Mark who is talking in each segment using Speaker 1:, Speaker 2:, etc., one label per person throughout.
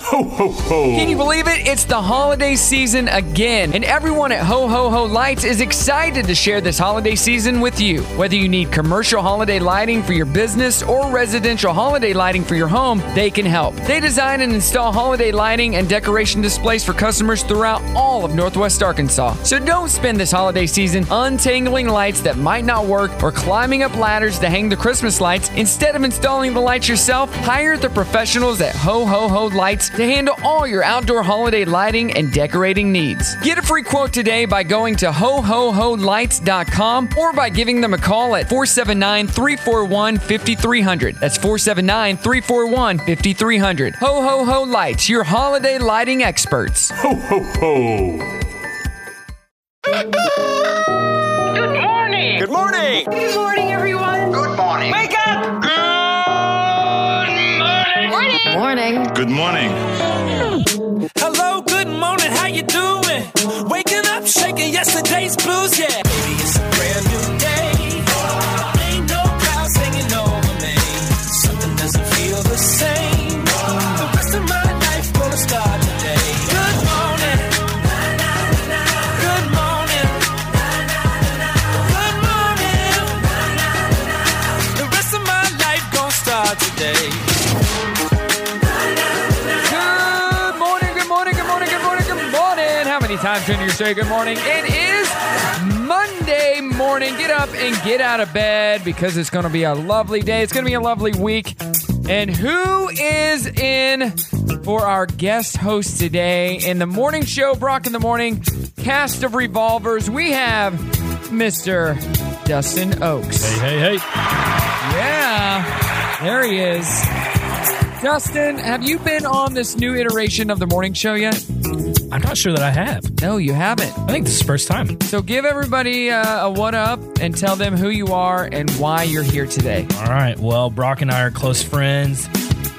Speaker 1: Ho, ho, ho.
Speaker 2: Can you believe it? It's the holiday season again, and everyone at Ho Ho Ho Lights is excited to share this holiday season with you. Whether you need commercial holiday lighting for your business or residential holiday lighting for your home, they can help. They design and install holiday lighting and decoration displays for customers throughout all of Northwest Arkansas. So don't spend this holiday season untangling lights that might not work or climbing up ladders to hang the Christmas lights. Instead of installing the lights yourself, hire the professionals at Ho Ho Ho Lights to handle all your outdoor holiday lighting and decorating needs. Get a free quote today by going to hohoholights.com or by giving them a call at 479 341 5300. That's 479 341 5300. Ho Ho Ho Lights, your holiday lighting experts.
Speaker 1: Ho, ho, ho.
Speaker 3: Good morning. Good morning. Good morning, everyone. Good morning. Wake up. Good morning. Morning.
Speaker 4: Morning.
Speaker 5: Good morning.
Speaker 6: Hello, good morning, how you doing? Waking up, shaking yesterday's blues, yeah. Baby, it's a brand new day. Ain't no clouds hanging over me. Something doesn't feel the same. The rest of my life gonna start today. Good morning. Good morning. Good morning. The rest of my life gonna start today.
Speaker 2: Good morning, good morning, good morning, good morning, good morning. How many times can you say good morning? It is Monday morning. Get up and get out of bed because it's going to be a lovely day. It's going to be a lovely week. And who is in for our guest host today in the morning show, Brock in the Morning, cast of revolvers? We have Mr. Dustin Oaks.
Speaker 7: Hey, hey, hey.
Speaker 2: Yeah, there he is. Justin, have you been on this new iteration of the morning show yet?
Speaker 7: I'm not sure that I have.
Speaker 2: No, you haven't.
Speaker 7: I think this is the first time.
Speaker 2: So give everybody uh, a what up and tell them who you are and why you're here today.
Speaker 7: All right. Well, Brock and I are close friends.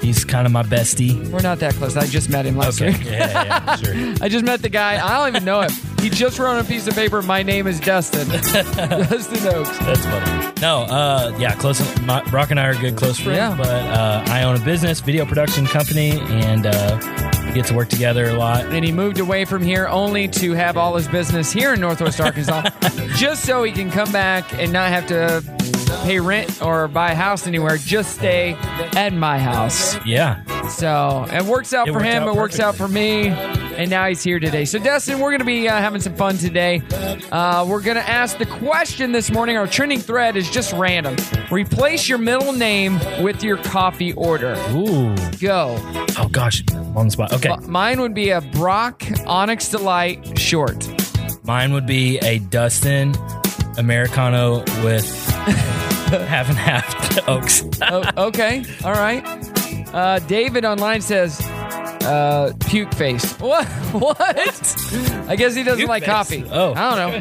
Speaker 7: He's kind of my bestie.
Speaker 2: We're not that close. I just met him last week.
Speaker 7: Yeah, yeah, sure.
Speaker 2: I just met the guy. I don't even know him. He just wrote on a piece of paper, "My name is Dustin." Dustin Oaks.
Speaker 7: That's funny. No, uh, yeah, close. My, Brock and I are good close friends,
Speaker 2: Yeah.
Speaker 7: but uh, I own a business, video production company, and uh, we get to work together a lot.
Speaker 2: And he moved away from here only to have all his business here in Northwest Arkansas, just so he can come back and not have to pay rent or buy a house anywhere. Just stay at my house.
Speaker 7: Yeah.
Speaker 2: So it works out
Speaker 7: It
Speaker 2: for
Speaker 7: worked
Speaker 2: him.
Speaker 7: out
Speaker 2: it works out for me. And now he's here today. So, Dustin, we're going to be uh, having some fun today. Uh, we're going to ask the question this morning. Our trending thread is just random. Replace your middle name with your coffee order.
Speaker 7: Ooh.
Speaker 2: Go.
Speaker 7: Oh gosh. I'm on the spot. Okay.
Speaker 2: Well, mine would be a Brock Onyx Delight short.
Speaker 7: Mine would be a Dustin Americano with half and half oaks.
Speaker 2: Oh, okay. All right. Uh, David online says, uh, puke face. What? What? I guess he doesn't
Speaker 7: Puke
Speaker 2: like
Speaker 7: face.
Speaker 2: coffee.
Speaker 7: Oh.
Speaker 2: I don't know.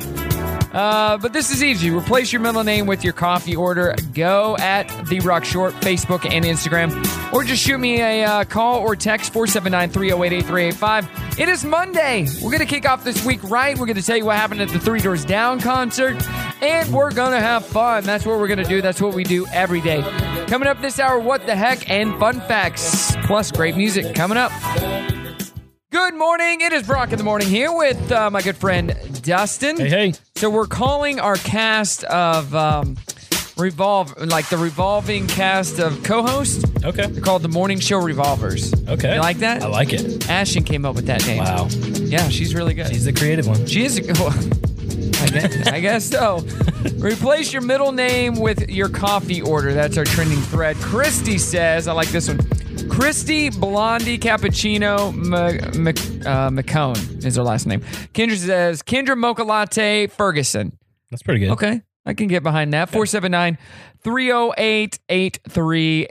Speaker 2: Uh, but this is easy. Replace your middle name with your coffee order. Go at The Rock Short, Facebook, and Instagram. Or just shoot me a uh, call or text 479 308 8385. It is Monday. We're going to kick off this week right. We're going to tell you what happened at the Three Doors Down concert. And we're going to have fun. That's what we're going to do. That's what we do every day. Coming up this hour, what the heck and fun facts, plus great music coming up. Good morning. It is Brock in the morning here with uh, my good friend Dustin.
Speaker 7: Hey, hey.
Speaker 2: So we're calling our cast of um, revolve, like the revolving cast of co-hosts.
Speaker 7: Okay.
Speaker 2: They're called the Morning Show Revolvers.
Speaker 7: Okay.
Speaker 2: You like that?
Speaker 7: I like it.
Speaker 2: Ashton came up with that name.
Speaker 7: Wow.
Speaker 2: Yeah, she's really good.
Speaker 7: He's the creative one.
Speaker 2: She is. I guess, I guess so. Replace your middle name with your coffee order. That's our trending thread. Christy says, I like this one. Christy Blondie Cappuccino Mc, Mc, uh, McCone is her last name. Kendra says, Kendra Mocha Latte Ferguson.
Speaker 7: That's pretty good.
Speaker 2: Okay. I can get behind that. 479 308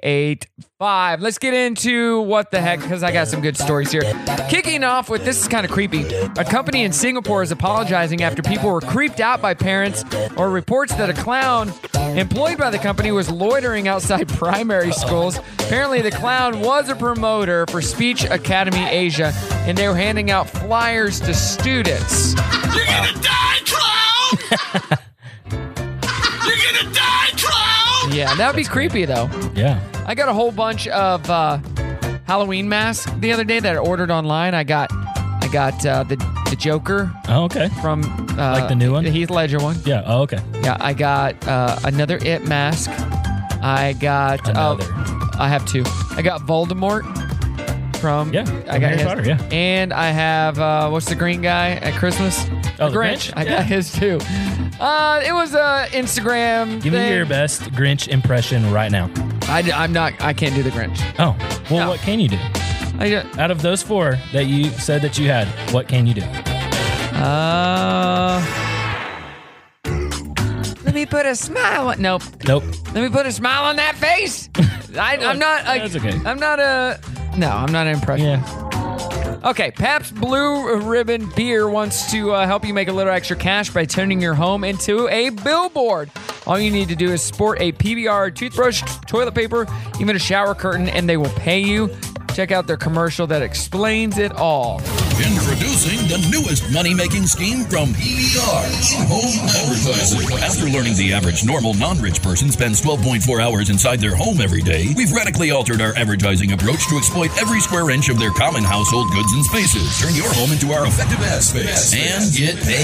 Speaker 2: 8385. Let's get into what the heck, because I got some good stories here. Kicking off with this is kind of creepy. A company in Singapore is apologizing after people were creeped out by parents or reports that a clown employed by the company was loitering outside primary schools. Apparently, the clown was a promoter for Speech Academy Asia, and they were handing out flyers to students.
Speaker 6: You're gonna die, clown! You're gonna die, clown!
Speaker 2: Yeah, that'd be creepy, though.
Speaker 7: Yeah.
Speaker 2: I got a whole bunch of uh, Halloween mask the other day that I ordered online. I got I got uh, the the Joker
Speaker 7: Oh, okay.
Speaker 2: from uh,
Speaker 7: Like the new one?
Speaker 2: the Heath Ledger one.
Speaker 7: Yeah. Oh, okay.
Speaker 2: Yeah, I got uh, another It mask. I got uh,
Speaker 7: Another.
Speaker 2: I have two. I got Voldemort from
Speaker 7: Yeah,
Speaker 2: I
Speaker 7: from
Speaker 2: got
Speaker 7: Harry
Speaker 2: his,
Speaker 7: Potter, yeah.
Speaker 2: and I have uh, what's the green guy at Christmas?
Speaker 7: Oh,
Speaker 2: The
Speaker 7: the Grinch?
Speaker 2: I
Speaker 7: Yeah.
Speaker 2: got his too. Uh, it was a Instagram.
Speaker 7: Give me
Speaker 2: thing.
Speaker 7: your best Grinch impression right now.
Speaker 2: I, am not. I can't do the Grinch.
Speaker 7: Oh, well,
Speaker 2: No.
Speaker 7: what can you do?
Speaker 2: I, ju-
Speaker 7: Out of those four that you said that you had, what can you do?
Speaker 2: uh, let me put a smile. On, nope.
Speaker 7: Nope.
Speaker 2: Let me put a smile on that face. I, I'm not. A,
Speaker 7: That's okay.
Speaker 2: I'm not a. No, I'm not an impression.
Speaker 7: Yeah.
Speaker 2: Okay, Pabst Blue Ribbon Beer wants to uh, help you make a little extra cash by turning your home into a billboard. All you need to do is sport a PBR toothbrush, toilet paper, even a shower curtain, and they will pay you. Check out their commercial that explains it all.
Speaker 4: Introducing the newest money-making scheme from PBR, home advertising. After learning the average normal non-rich person spends 12.4 hours inside their home every day, we've radically altered our advertising approach to exploit every square inch of their common household goods and spaces. Turn your home into our effective ad space and get paid.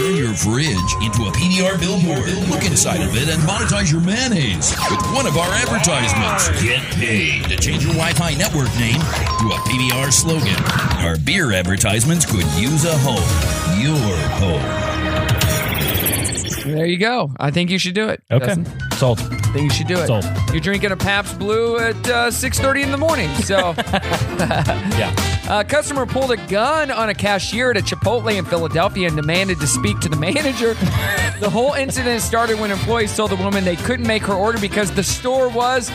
Speaker 4: Turn your fridge into a PBR billboard. Look inside of it and monetize your mayonnaise with one of our advertisements. Get paid to change your Wi-Fi network name to a PBR slogan. Our beer advertisements could use a home. Your home.
Speaker 2: There you go. I think you should do it.
Speaker 7: Okay.
Speaker 2: Dustin.
Speaker 7: Sold.
Speaker 2: I think you should do it.
Speaker 7: Sold.
Speaker 2: You're drinking a Pabst Blue at uh, 6.30 in the morning, so...
Speaker 7: Yeah.
Speaker 2: A customer pulled a gun on a cashier at a Chipotle in Philadelphia and demanded to speak to the manager. the whole incident started when employees told the woman they couldn't make her order because the store was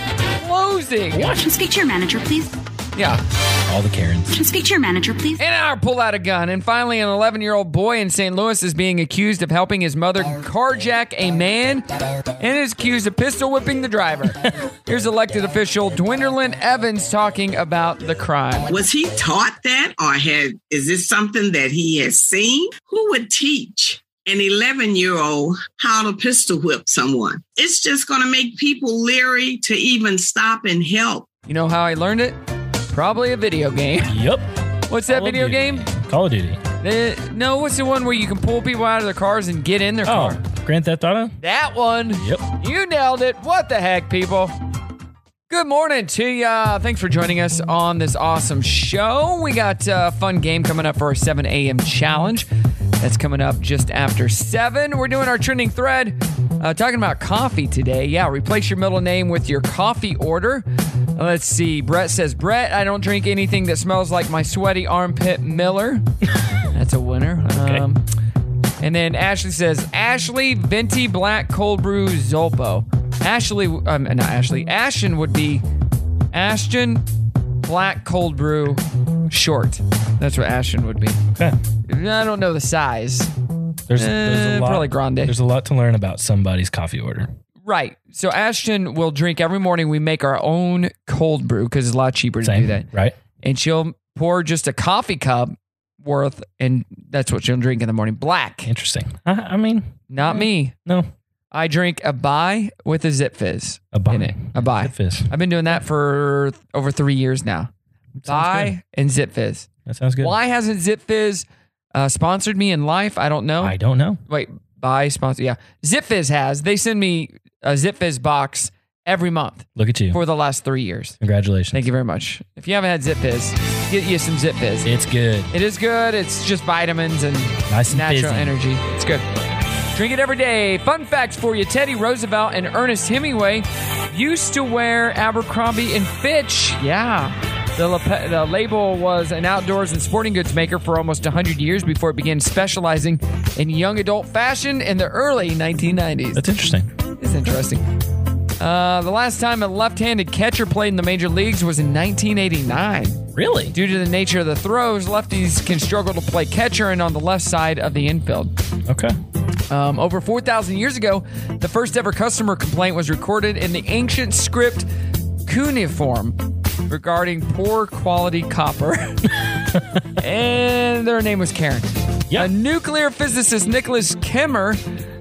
Speaker 2: closing.
Speaker 5: Can you speak to your manager, please? Can
Speaker 2: Yeah.
Speaker 7: All the Karens.
Speaker 5: you speak to your manager, please?
Speaker 2: An hour pull out a gun. And finally, an 11 year old boy in St. Louis is being accused of helping his mother carjack a man and is accused of pistol whipping the driver. Here's elected official Dwinderlin Evans talking about the crime.
Speaker 8: Was he taught that or had is this something that he has seen? Who would teach an 11-year-old how to pistol whip someone? It's just going to make people leery to even stop and help.
Speaker 2: You know how I learned it? Probably a video game.
Speaker 7: Yep.
Speaker 2: What's that
Speaker 7: Call of
Speaker 2: video
Speaker 7: Duty.
Speaker 2: game?
Speaker 7: Call of Duty.
Speaker 2: Uh, no, what's the one where you can pull people out of their cars and get in their
Speaker 7: Oh,
Speaker 2: car?
Speaker 7: Grand Theft Auto?
Speaker 2: That one.
Speaker 7: Yep.
Speaker 2: You nailed it. What the heck, people? Good morning to ya. Thanks for joining us on this awesome show. We got a fun game coming up for our 7 a.m. challenge. That's coming up just after 7. We're doing our trending thread, uh, talking about coffee today. Yeah, replace your middle name with your coffee order. Let's see. Brett says, Brett, I don't drink anything that smells like my sweaty armpit Miller. That's a winner. Um, and then Ashley says, Ashley, venti black cold brew Zolpo. Ashley, um, not Ashley, Ashton would be Ashton black cold brew short. That's what Ashton would be.
Speaker 7: Okay.
Speaker 2: I don't know the size.
Speaker 7: There's, there's
Speaker 2: Eh,
Speaker 7: a lot.
Speaker 2: probably grande.
Speaker 7: There's a lot to learn about somebody's coffee order.
Speaker 2: Right. So Ashton will drink every morning. We make our own cold brew because it's a lot cheaper to
Speaker 7: Same.
Speaker 2: do that.
Speaker 7: Right?
Speaker 2: And she'll pour just a coffee cup worth, and that's what she'll drink in the morning. Black.
Speaker 7: Interesting. I, I mean,
Speaker 2: Not me.
Speaker 7: no.
Speaker 2: I drink a buy with a zip fizz.
Speaker 7: A buy.
Speaker 2: In it. A buy.
Speaker 7: Zip fizz.
Speaker 2: I've been doing that for over three years now. Buy and Zip Fizz.
Speaker 7: That sounds good.
Speaker 2: Why hasn't Zip Fizz uh, sponsored me in life? I don't know.
Speaker 7: I don't know.
Speaker 2: Wait, buy sponsor. Yeah, Zip Fizz has. They send me a Zip Fizz box every month
Speaker 7: Look at you.
Speaker 2: for the last three years.
Speaker 7: Congratulations.
Speaker 2: Thank you very much. If you haven't had Zip Fizz, get you some Zip Fizz.
Speaker 7: It's good.
Speaker 2: It is good. It's just vitamins and
Speaker 7: Nice and
Speaker 2: natural
Speaker 7: fizzy.
Speaker 2: energy. It's good. Drink it every day. Fun facts for you Teddy Roosevelt and Ernest Hemingway used to wear Abercrombie and Fitch. Yeah. The, lap- the label was an outdoors and sporting goods maker for almost 100 years before it began specializing in young adult fashion in the early 1990s.
Speaker 7: That's interesting.
Speaker 2: It's interesting. Uh, the last time a left handed catcher played in the major leagues was in 1989.
Speaker 7: Really?
Speaker 2: Due to the nature of the throws, lefties can struggle to play catcher and on the left side of the infield.
Speaker 7: Okay.
Speaker 2: Um, over 4,000 years ago, the first ever customer complaint was recorded in the ancient script cuneiform regarding poor quality copper. and their name was Karen.
Speaker 7: Yeah.
Speaker 2: A nuclear physicist, Nicholas Kimmer,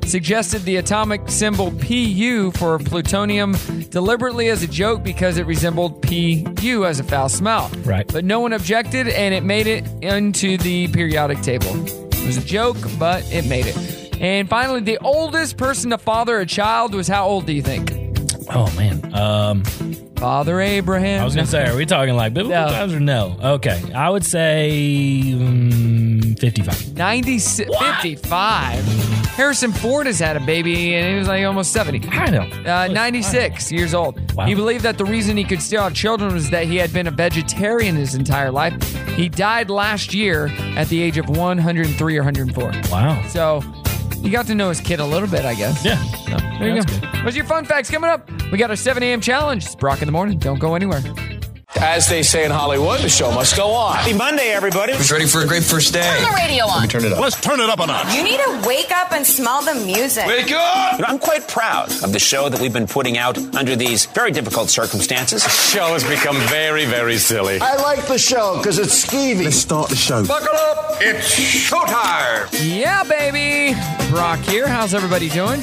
Speaker 2: suggested the atomic symbol PU for plutonium deliberately as a joke because it resembled PU as a foul smell.
Speaker 7: Right.
Speaker 2: But no one objected and it made it into the periodic table. It was a joke, but it made it. And finally, the oldest person to father a child was how old do you think?
Speaker 7: Oh man. Um,
Speaker 2: Father Abraham.
Speaker 7: I was gonna say, are we talking like biblical
Speaker 2: No.
Speaker 7: times or no? Okay, I would say mm, fifty-five.
Speaker 2: 96, 55. Harrison Ford has had a baby and he was like almost 70.
Speaker 7: I don't.
Speaker 2: Uh, 96 years old.
Speaker 7: Wow.
Speaker 2: He believed that the reason he could still have children was that he had been a vegetarian his entire life. He died last year at the age of 103 or 104.
Speaker 7: Wow.
Speaker 2: So you got to know his kid a little bit, I guess.
Speaker 7: Yeah.
Speaker 2: There you
Speaker 7: That's
Speaker 2: go.
Speaker 7: good.
Speaker 2: What's your fun facts coming up? We got our 7 a.m. challenge. It's Brock in the morning. Don't go anywhere.
Speaker 9: As they say in Hollywood, the show must go on. Happy Monday, everybody. Who's ready for a great first day?
Speaker 10: Turn the radio on.
Speaker 1: Let's turn it up a notch.
Speaker 10: You need to wake up and smell the music.
Speaker 9: Wake up! I'm quite proud of the show that we've been putting out under these very difficult circumstances. The show has become very, very silly.
Speaker 11: I like the show because it's skeevy. Let's start the show.
Speaker 9: Buckle up! It's showtime!
Speaker 2: Yeah, baby. Brock here. How's everybody doing?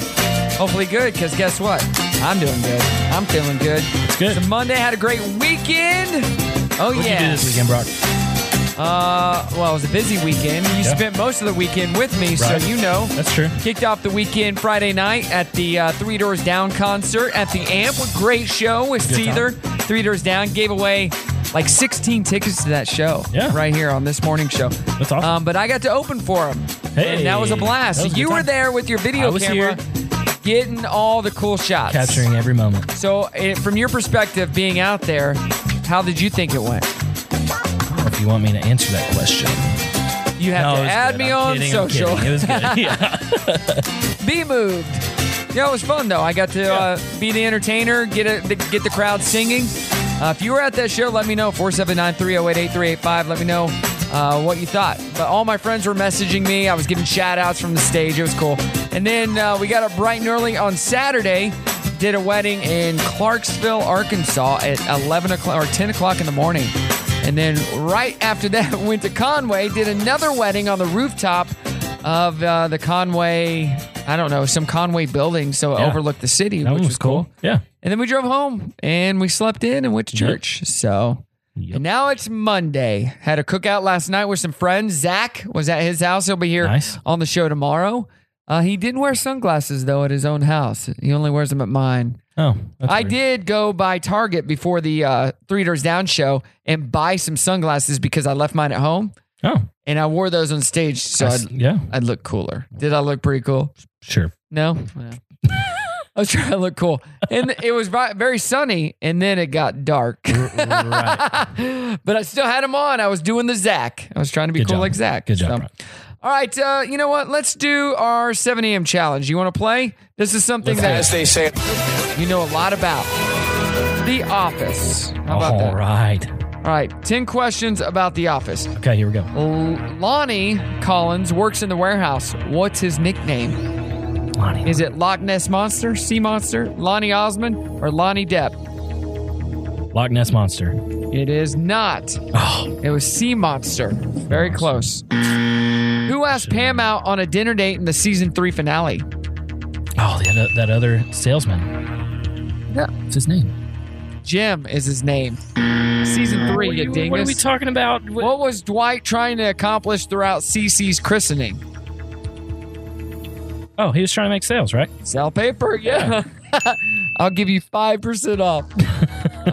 Speaker 2: Hopefully good, because guess what? I'm doing good. I'm feeling good. It's
Speaker 7: good.
Speaker 2: It's a Monday. Had a great weekend. Oh,
Speaker 7: What did you do
Speaker 2: yeah.
Speaker 7: this weekend, Brock?
Speaker 2: Uh, well, it was a busy weekend. You
Speaker 7: Yeah.
Speaker 2: spent most of the weekend with me,
Speaker 7: Right.
Speaker 2: so you know.
Speaker 7: That's true.
Speaker 2: Kicked off the weekend Friday night at the uh, Three Doors Down concert at the Amp. A Great show with
Speaker 7: Good
Speaker 2: Seether. Three Doors Down gave away like 16 tickets to that show.
Speaker 7: Yeah.
Speaker 2: Right here on this morning show.
Speaker 7: That's awesome.
Speaker 2: Um, but I got to open for him.
Speaker 7: Hey,
Speaker 2: and that was a blast.
Speaker 7: that was a
Speaker 2: you
Speaker 7: good
Speaker 2: were
Speaker 7: time.
Speaker 2: there with your video
Speaker 7: I was
Speaker 2: camera, getting all the cool shots.
Speaker 7: Capturing every moment.
Speaker 2: So, it, from your perspective, being out there, how did you think it went?
Speaker 7: If you want me to answer that question,
Speaker 2: You have
Speaker 7: No, it
Speaker 2: to
Speaker 7: was
Speaker 2: add
Speaker 7: good.
Speaker 2: me
Speaker 7: I'm
Speaker 2: on
Speaker 7: kidding, I'm
Speaker 2: social.
Speaker 7: kidding. It was good. Yeah.
Speaker 2: be moved. Yeah, it was fun though. I got to uh, be the entertainer, get a, the, get the crowd singing. Uh, if you were at that show, let me know 479-308-8385. Let me know uh, what you thought. But all my friends were messaging me. I was giving shout outs from the stage. It was cool. And then uh, we got up bright and early on Saturday. Did a wedding in Clarksville, Arkansas, at 11 o'clock or 10 o'clock in the morning. And then right after that, went to Conway. Did another wedding on the rooftop of uh, the Conway, I don't know, some Conway building, so it
Speaker 7: Yeah.
Speaker 2: overlooked the city,
Speaker 7: That
Speaker 2: which
Speaker 7: one
Speaker 2: was cool.
Speaker 7: Yeah.
Speaker 2: And then we drove home and we slept in and went to
Speaker 7: Yep.
Speaker 2: church. So, and now it's Monday. Had a cookout last night with some friends. Zach was at his house. He'll be here
Speaker 7: Nice.
Speaker 2: on the show tomorrow. Uh, he didn't wear sunglasses though at his own house. He only wears them at mine.
Speaker 7: Oh, that's
Speaker 2: I
Speaker 7: weird.
Speaker 2: did go by Target before the uh, Three Doors Down show and buy some sunglasses because I left mine at home
Speaker 7: Oh,
Speaker 2: and I wore those on stage. So
Speaker 7: that's-
Speaker 2: I'd,
Speaker 7: yeah.
Speaker 2: I'd look cooler. Did I look pretty cool?
Speaker 7: Sure.
Speaker 2: No. I was trying to look cool. And it was vi- very sunny, and then it got dark. but I still had them on. I was doing the Zach. I was trying to be
Speaker 7: Good
Speaker 2: cool
Speaker 7: job.
Speaker 2: like Zach.
Speaker 7: Good job,
Speaker 2: So-
Speaker 7: Brock.
Speaker 2: All right. Uh, you know what? Let's do our 7 a.m. challenge. You want to play? This is something
Speaker 9: As they say,
Speaker 2: that you know a lot about The Office. How about
Speaker 7: All
Speaker 2: that?
Speaker 7: right.
Speaker 2: All right. 10 questions about The Office.
Speaker 7: Okay, here we go.
Speaker 2: L- Lonnie Collins works in the warehouse. What's his nickname?
Speaker 7: Lonnie.
Speaker 2: Is it Loch Ness Monster, Sea Monster, Lonnie Osmond, or Lonnie Depp?
Speaker 7: Loch Ness monster.
Speaker 2: It is not.
Speaker 7: Oh,
Speaker 2: It was Sea Monster. Very close. Who asked Pam out on a dinner date in the season three finale?
Speaker 7: oh, the, other- that other salesman.
Speaker 2: Yeah.
Speaker 7: What's his name?
Speaker 2: Jim is his name. Season three, you dingus.
Speaker 7: talking about?
Speaker 2: what was Dwight trying to accomplish throughout Cece's christening?
Speaker 7: Oh, he was trying to make sales, right?
Speaker 2: Sell paper, yeah. I'll give you 5% off.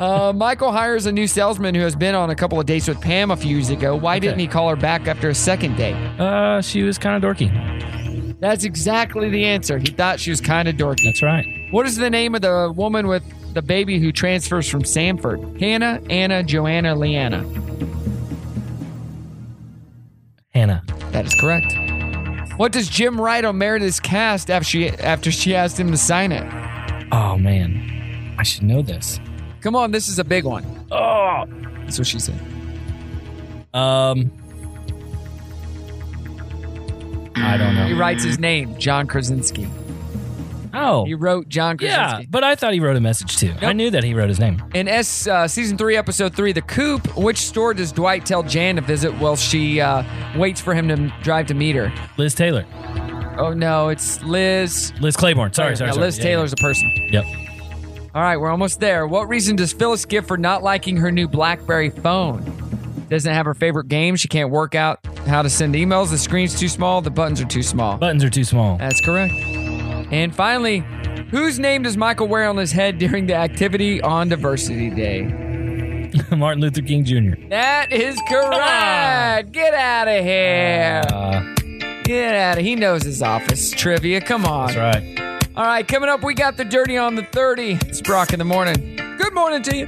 Speaker 2: uh, Michael hires a new salesman who has been on a couple of dates with Pam a few years ago. Why didn't he call her back after a second date?
Speaker 7: Uh, she was kind of dorky.
Speaker 2: That's exactly the answer. He thought she was kind of dorky.
Speaker 7: That's right.
Speaker 2: What is the name of the woman with the baby who transfers from Sanford? Hannah, Anna, Joanna, Leanna.
Speaker 7: Hannah.
Speaker 2: That is correct. What does Jim write on Meredith's cast after she after she asked him to sign it?
Speaker 7: Oh man, I should know this.
Speaker 2: Come on, this is a big one.
Speaker 7: Oh.
Speaker 2: That's what she said.
Speaker 7: Um. I don't
Speaker 2: He
Speaker 7: know.
Speaker 2: writes his name, John Krasinski.
Speaker 7: Oh.
Speaker 2: He wrote John
Speaker 7: Yeah,
Speaker 2: Krasinski.
Speaker 7: but I thought he wrote a message too. I knew that he wrote his name.
Speaker 2: In S uh, season three, episode three, the coop. Which store does Dwight tell Jan to visit while she uh, waits for him to m- drive to meet her?
Speaker 7: Liz Taylor.
Speaker 2: Oh no, it's Liz.
Speaker 7: Liz Claiborne. Sorry, sorry,
Speaker 2: Yeah,
Speaker 7: sorry.
Speaker 2: Liz
Speaker 7: Yeah,
Speaker 2: Taylor's a person.
Speaker 7: Yep.
Speaker 2: All right, we're almost there. What reason does Phyllis give for not liking her new BlackBerry phone? Doesn't have her favorite game. She can't work out how to send emails. The screen's too small. The buttons are too small.
Speaker 7: Buttons are too small.
Speaker 2: That's correct. And finally, whose name does Michael wear on his head during the activity on Diversity Day?
Speaker 7: Martin Luther King Jr.
Speaker 2: That is correct. Get out of here.
Speaker 7: Uh.
Speaker 2: Get out of He knows his office. Trivia. Come on.
Speaker 7: That's right.
Speaker 2: All right, coming up, we got the dirty on the 30. It's Brock in the morning. Good morning to you.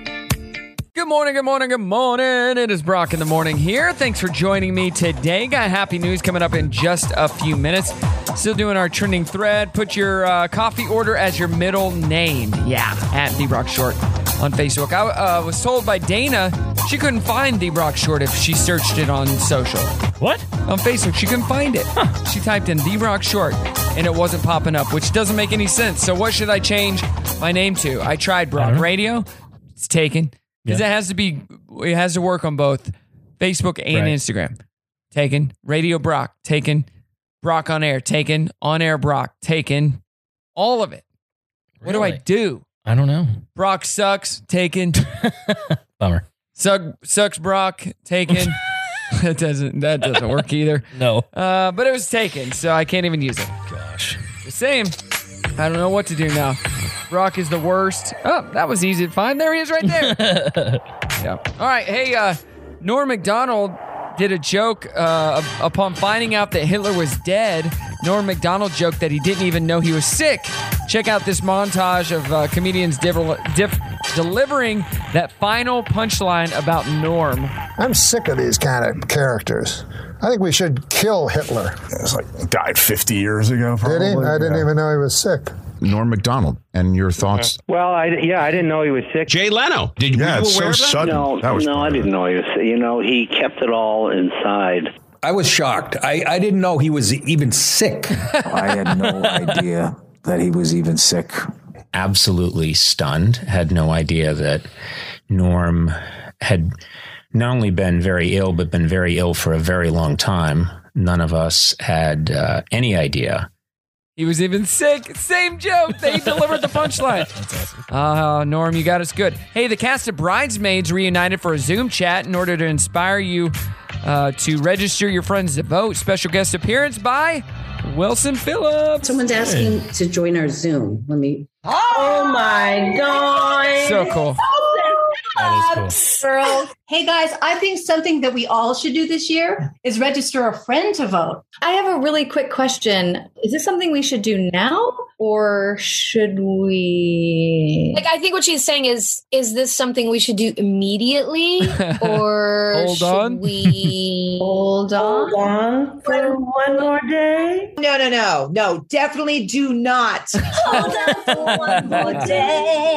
Speaker 2: Good morning, good morning, good morning. It is Brock in the morning here. Thanks for joining me today. Got happy news coming up in just a few minutes. Still doing our trending thread. Put your uh, coffee order as your middle name. Yeah, at The Brock Short on Facebook. I uh, was told by Dana she couldn't find The Brock Short if she searched it on social.
Speaker 7: What?
Speaker 2: On Facebook, she couldn't find it. She typed in The Brock Short and it wasn't popping up, which doesn't make any sense. So, what should I change my name to? I tried Brock Radio, it's taken. Because
Speaker 7: Yeah.
Speaker 2: it has to be, it has to work on both Facebook and
Speaker 7: Right.
Speaker 2: Instagram. Taken. Radio Brock. Taken. Brock on air. Taken. On air Brock. Taken. All of it. What do I
Speaker 7: Really?
Speaker 2: do?
Speaker 7: I don't know.
Speaker 2: Brock sucks. Taken.
Speaker 7: Bummer.
Speaker 2: Suck, sucks Brock. Taken. that doesn't that doesn't work either.
Speaker 7: No.
Speaker 2: Uh, but it was taken, so I can't even use it.
Speaker 7: Gosh.
Speaker 2: The same. I don't know what to do now. Brock is the worst. Oh, that was easy to find. There he is right there. yeah. All right. Hey, uh, Norm MacDonald did a joke uh, upon finding out that Hitler was dead. Norm MacDonald joked that he didn't even know he was sick. Check out this montage of uh, comedians diver- diff- delivering that final punchline about Norm.
Speaker 12: I'm sick of these kind of characters. I think we should kill Hitler.
Speaker 13: It's like died 50 years ago. Probably.
Speaker 12: Did he? I didn't
Speaker 13: Yeah.
Speaker 12: even know he was sick.
Speaker 14: Norm McDonald, and your thoughts?
Speaker 15: Well, I yeah, I didn't know he was sick. Jay Leno. Did
Speaker 14: Yeah, it's so sudden.
Speaker 15: No,
Speaker 14: That was
Speaker 15: no, I didn't know he was. You know, he kept it all inside.
Speaker 16: I was shocked. I, I didn't know he was even sick.
Speaker 17: I had no idea that he was even sick. Absolutely stunned. Had no idea that Norm had not only been very ill, but been very ill for a very long time. None of us had uh, any idea.
Speaker 2: He was even sick. Same joke. They delivered the punchline. Ah, Norm, you got us good. Hey, the cast of Bridesmaids reunited for a Zoom chat in order to inspire you uh, to register your friends to vote. Special guest appearance by Wilson Phillips.
Speaker 18: Someone's asking to join our Zoom. Let me.
Speaker 3: Oh my god.
Speaker 2: So cool.
Speaker 18: That is cool. Girls. Hey guys, I think something that we all should do this year is register a friend to vote.
Speaker 19: I have a really quick question. Is this something we should do now or should we
Speaker 20: Like I think what she's saying is is this something we should do immediately or
Speaker 18: Hold
Speaker 20: should
Speaker 18: on.
Speaker 20: we
Speaker 18: Hold on. Hold on for one more day. No, no, no, no. Definitely do not. Hold on for one more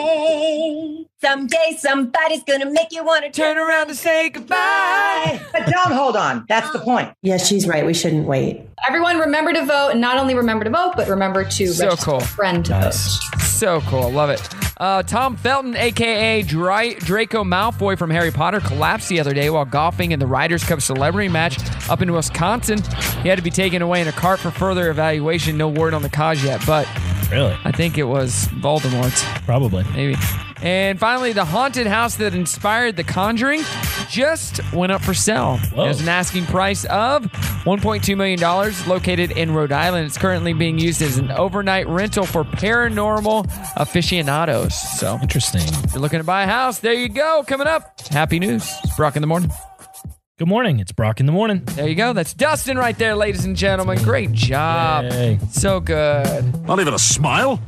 Speaker 18: day. Someday somebody's gonna make you want to turn around and say goodbye. But don't hold on. That's the point.
Speaker 21: Yeah, she's right. We shouldn't wait.
Speaker 19: everyone remember to vote and not only remember to vote but remember to
Speaker 2: So
Speaker 19: register
Speaker 2: cool.
Speaker 19: a friend to vote.
Speaker 2: So cool. I Love it. Uh, Tom Felton, aka Dry- Draco Malfoy from Harry Potter, collapsed the other day while golfing in the Riders Cup celebrity match up in Wisconsin. He had to be taken away in a cart for further evaluation. No word on the cause yet, but
Speaker 7: Really?
Speaker 2: I think it was Voldemort.
Speaker 7: Probably.
Speaker 2: Maybe. And finally, the haunted house that inspired The Conjuring just went up for sale. There's an asking price of $1.2 million, located in Rhode Island. It's currently being used as an overnight rental for paranormal aficionados. So
Speaker 7: interesting.
Speaker 2: If you're looking to buy a house, there you go. Coming up, happy news. Brock in the morning.
Speaker 7: Good morning. It's Brock in the morning.
Speaker 2: There you go. That's Dustin right there, ladies and gentlemen. Great job. So good.
Speaker 13: Not even a smile?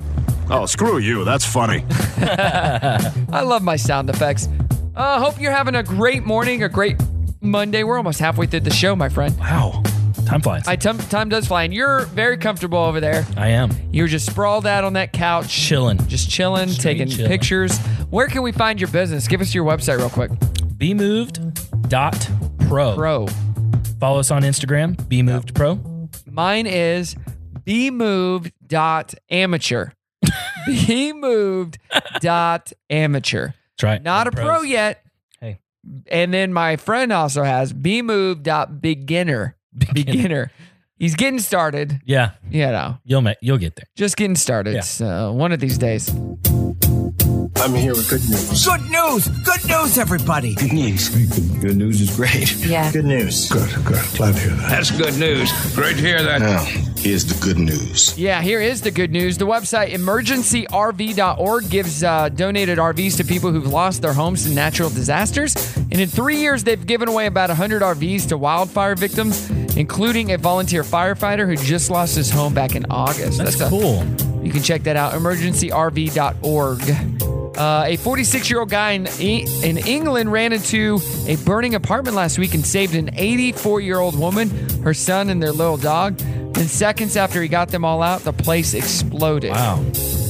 Speaker 13: Oh, screw you. That's funny.
Speaker 2: I love my sound effects. Uh, hope you're having a great morning, a great Monday. We're almost halfway through the show, my friend.
Speaker 7: Wow, time flies.
Speaker 2: I time time does fly, and you're very comfortable over there.
Speaker 7: I am.
Speaker 2: You're just sprawled out on that couch,
Speaker 7: chilling,
Speaker 2: just chilling, taking
Speaker 7: chilling.
Speaker 2: pictures. Where can we find your business? Give us your website real quick.
Speaker 7: Be moved. Dot pro.
Speaker 2: Pro.
Speaker 7: Follow us on Instagram. Be moved pro.
Speaker 2: Mine is bemoved.amateur. bemoved.amateur. That's
Speaker 7: right.
Speaker 2: Not a
Speaker 7: We're
Speaker 2: pro
Speaker 7: pros.
Speaker 2: yet.
Speaker 7: Hey.
Speaker 2: And then my friend also has bemoved.beginner. Beginner. He's getting started.
Speaker 7: Yeah.
Speaker 2: You know,
Speaker 7: You'll make, you'll get there.
Speaker 2: just getting started. So one of these days.
Speaker 6: I'm here with good news. Good news! Good news, everybody! Good news. Good, news is great.
Speaker 21: Yeah.
Speaker 6: Good news. Good, good. Glad to hear that. That's good news. Great to hear that. Now, here's the good news.
Speaker 2: Yeah, here is the good news. The website emergencyrv.org gives uh, donated RVs to people who've lost their homes to natural disasters. And in three years, they've given away about 100 RVs to wildfire victims, including a volunteer firefighter who just lost his home back in August.
Speaker 7: That's
Speaker 2: a-
Speaker 7: cool.
Speaker 2: you can check that out emergencyrv.org. Uh, a 46 year old guy in, E- in England ran into a burning apartment last week and saved an 84 year old woman, her son, and their little dog. And seconds after he got them all out, the place exploded. Wow.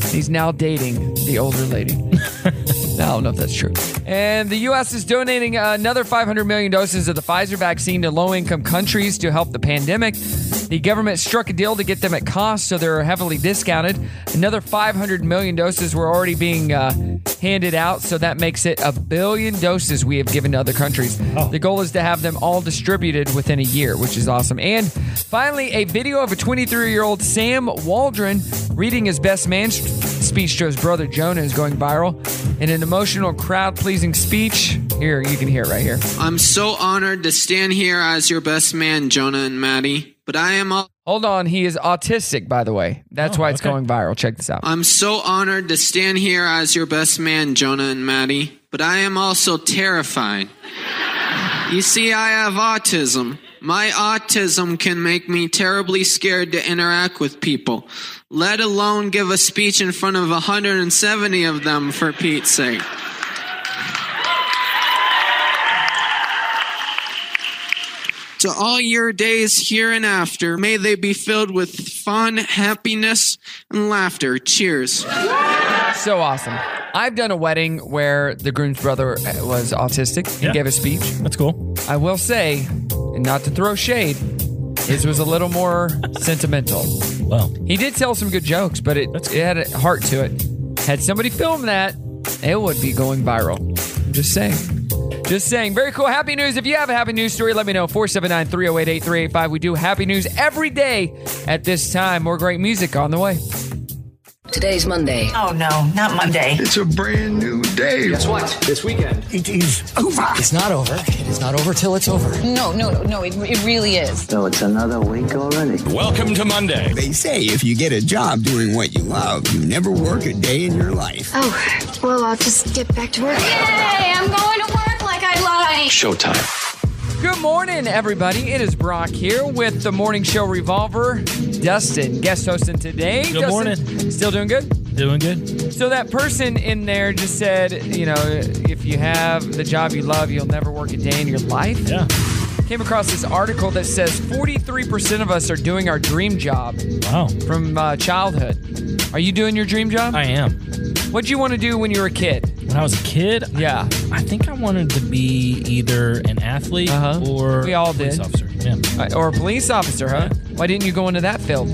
Speaker 2: He's now dating the older lady. I don't know if that's true. And the U.S. is donating another 500 million doses of the Pfizer vaccine to low income countries to help the pandemic. The government struck a deal to get them at cost, so they're heavily discounted. Another 500 million doses were already being uh, handed out, so that makes it a billion doses we have given to other countries. The goal is to have them all distributed within a year, which is awesome. And finally, a video of a 23 year old Sam Waldron reading his best man's speech to his brother Jonah is going viral. In an emotional, crowd pleasing speech. Here, you can hear it right here.
Speaker 22: I'm so honored to stand here as your best man, Jonah and Maddie. But I am al-
Speaker 2: Hold on, he is autistic, by the way. That's why it's going viral. Check this out.
Speaker 22: I'm so honored to stand here as your best man, Jonah and Maddie. But I am also terrified. You see, I have autism. My autism can make me terribly scared to interact with people, let alone give a speech in front of 170 of them for Pete's sake. To all your days here and after, may they be filled with fun, happiness, and laughter. Cheers.
Speaker 2: So awesome. I've done a wedding where the groom's brother uh, was autistic. He
Speaker 22: Yeah.
Speaker 2: gave a speech. That's cool. I will say, and not to throw shade, his was a little more sentimental.
Speaker 7: Well,
Speaker 2: He did tell some good jokes, but it, it had a heart to it. Had somebody film that, it would be going viral. I'm just saying. Just saying. Very cool. Happy news. If you have a happy news story, let me know. 479 308 8385. We do happy news every day at this time. More great music on the way.
Speaker 23: Today's Monday.
Speaker 3: Oh no, not Monday. It's a brand new day. Guess what? This weekend. It is over. It's not over. It is not over till it's over.
Speaker 23: No, no, no, no, it, it really is.
Speaker 15: So it's another week already.
Speaker 24: Welcome to Monday. They say if you get a job doing what you love, you never work a day in your life.
Speaker 23: Oh, well, I'll just get back to work. Yay! I'm going to work like I like.
Speaker 24: Showtime.
Speaker 2: Good morning, everybody. It is Brock here with the morning show revolver. Dustin, guest hosting today.
Speaker 7: Good
Speaker 2: Dustin,
Speaker 7: morning.
Speaker 2: Still doing good?
Speaker 7: Doing good.
Speaker 2: So that person in there just said, you know, if you have the job you love, you'll never work a day in your life.
Speaker 7: Yeah.
Speaker 2: Came across this article that says 43% of us are doing our dream job.
Speaker 7: Wow.
Speaker 2: From uh, childhood. Are you doing your dream job? I
Speaker 7: am.
Speaker 2: What do you want to do when you were a kid?
Speaker 7: When I was a kid,
Speaker 2: yeah,
Speaker 7: I, think I wanted to be either an athlete or
Speaker 2: Uh-huh. We all
Speaker 7: a police
Speaker 2: did.
Speaker 7: officer. Yeah.
Speaker 2: Uh, Or a police officer, huh? Why didn't you go into that field?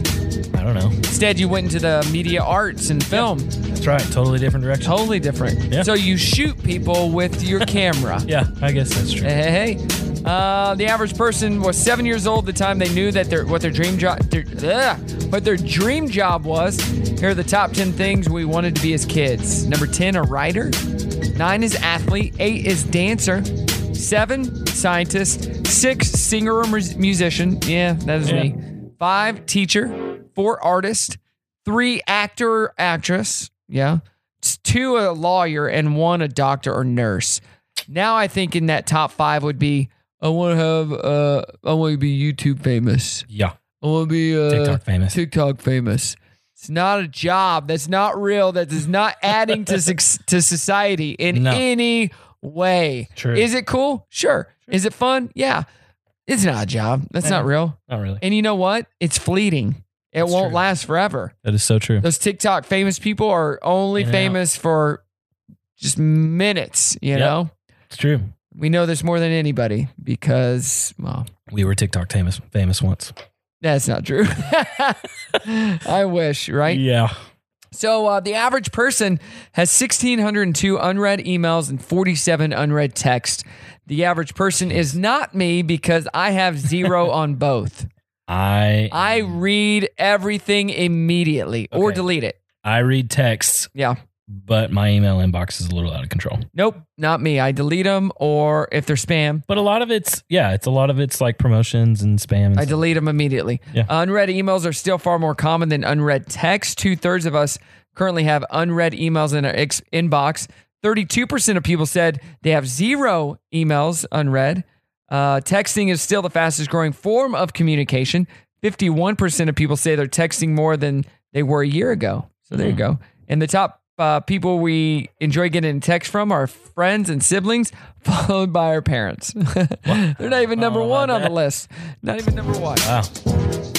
Speaker 7: I don't know.
Speaker 2: Instead, you went into the media arts and film.
Speaker 7: That's right. Totally different direction.
Speaker 2: Totally different.
Speaker 7: Yeah.
Speaker 2: So you shoot people with your camera.
Speaker 7: yeah, I guess that's true.
Speaker 2: Hey, hey, hey. Uh, the average person was seven years old the time they knew that their what their dream job their, ugh, what their dream job was. Here are the top ten things we wanted to be as kids. Number ten, a writer. Nine is athlete. Eight is dancer. Seven, scientist. Six, singer or mus- musician. Yeah, that is
Speaker 7: Yeah.
Speaker 2: me. Five, teacher. Four, artist. Three, actor or actress. Yeah. It's two, a lawyer, and one, a doctor or nurse. Now I think in that top five would be I want to have uh I want to be YouTube famous.
Speaker 7: Yeah.
Speaker 2: I want to be uh,
Speaker 7: TikTok famous.
Speaker 2: TikTok famous. It's not a job. That's not real. That is not adding to suc- to society in
Speaker 7: No.
Speaker 2: any way.
Speaker 7: True.
Speaker 2: Is it cool? Sure. Is it fun? Yeah. It's not a job. That's
Speaker 7: Yeah.
Speaker 2: not real.
Speaker 7: Not really.
Speaker 2: And you know what? It's fleeting. It won't last forever.
Speaker 7: That is so true.
Speaker 2: Those TikTok famous people are only
Speaker 7: In and out.
Speaker 2: famous for just minutes, you
Speaker 7: Yep.
Speaker 2: know?
Speaker 7: It's true.
Speaker 2: We know this more than anybody because, well,
Speaker 7: We were TikTok famous, famous once.
Speaker 2: that's not true. I wish, right?
Speaker 7: Yeah.
Speaker 2: So uh, the average person has 1,602 unread emails and 47 unread texts. The average person is not me because I have zero on both.
Speaker 7: I
Speaker 2: I read everything immediately or delete it.
Speaker 7: I read texts.
Speaker 2: Yeah.
Speaker 7: But my email inbox is a little out of control.
Speaker 2: Nope, not me. I delete them or if they're spam.
Speaker 7: But a lot of it's Yeah, it's a lot of it's like promotions and spam. And
Speaker 2: I
Speaker 7: stuff.
Speaker 2: delete them immediately. Unread emails are still far more common than unread text. Two thirds of us currently have unread emails in our ex- inbox. 32% of people said they have zero emails unread. Uh, texting is still the fastest growing form of communication. 51% of people say they're texting more than they were a year ago. So there you go. And the top uh, people we enjoy getting text from are friends and siblings, followed by our parents. They're not even number one on the list. Not even number one.
Speaker 7: Wow.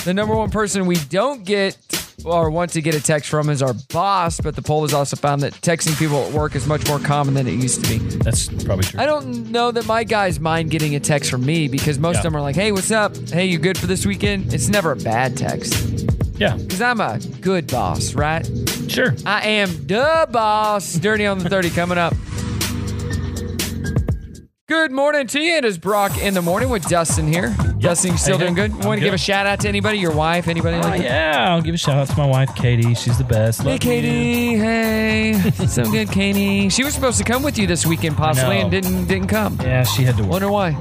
Speaker 2: The number one person we don't get or want to get a text from is our boss, but the poll has also found that texting people at work is much more common than it used to be.
Speaker 7: That's probably true.
Speaker 2: I don't know that my guys mind getting a text from me because most
Speaker 7: Yeah.
Speaker 2: of them are like, hey, what's up? Hey, you good for this weekend? It's never a bad text.
Speaker 7: Yeah.
Speaker 2: Because I'm a good boss, right?
Speaker 7: Sure.
Speaker 2: I am the boss. Dirty on the 30 coming up. Good morning to you. It is Brock in the morning with Dustin here. Dustin, you still
Speaker 7: How you
Speaker 2: doing
Speaker 7: doing?
Speaker 2: good? Want
Speaker 7: I'm
Speaker 2: to give
Speaker 7: good.
Speaker 2: a shout out to anybody? Your wife? Anybody?
Speaker 7: Oh,
Speaker 2: like that?
Speaker 7: yeah, I'll give a shout out to my wife, Katie. She's the best.
Speaker 2: Hey,
Speaker 7: Love you.
Speaker 2: Katie. Hey. so good, Katie. She was supposed to come with you this weekend, possibly,
Speaker 7: know.
Speaker 2: and didn't didn't come.
Speaker 7: Yeah, she had to work.
Speaker 2: Wonder why?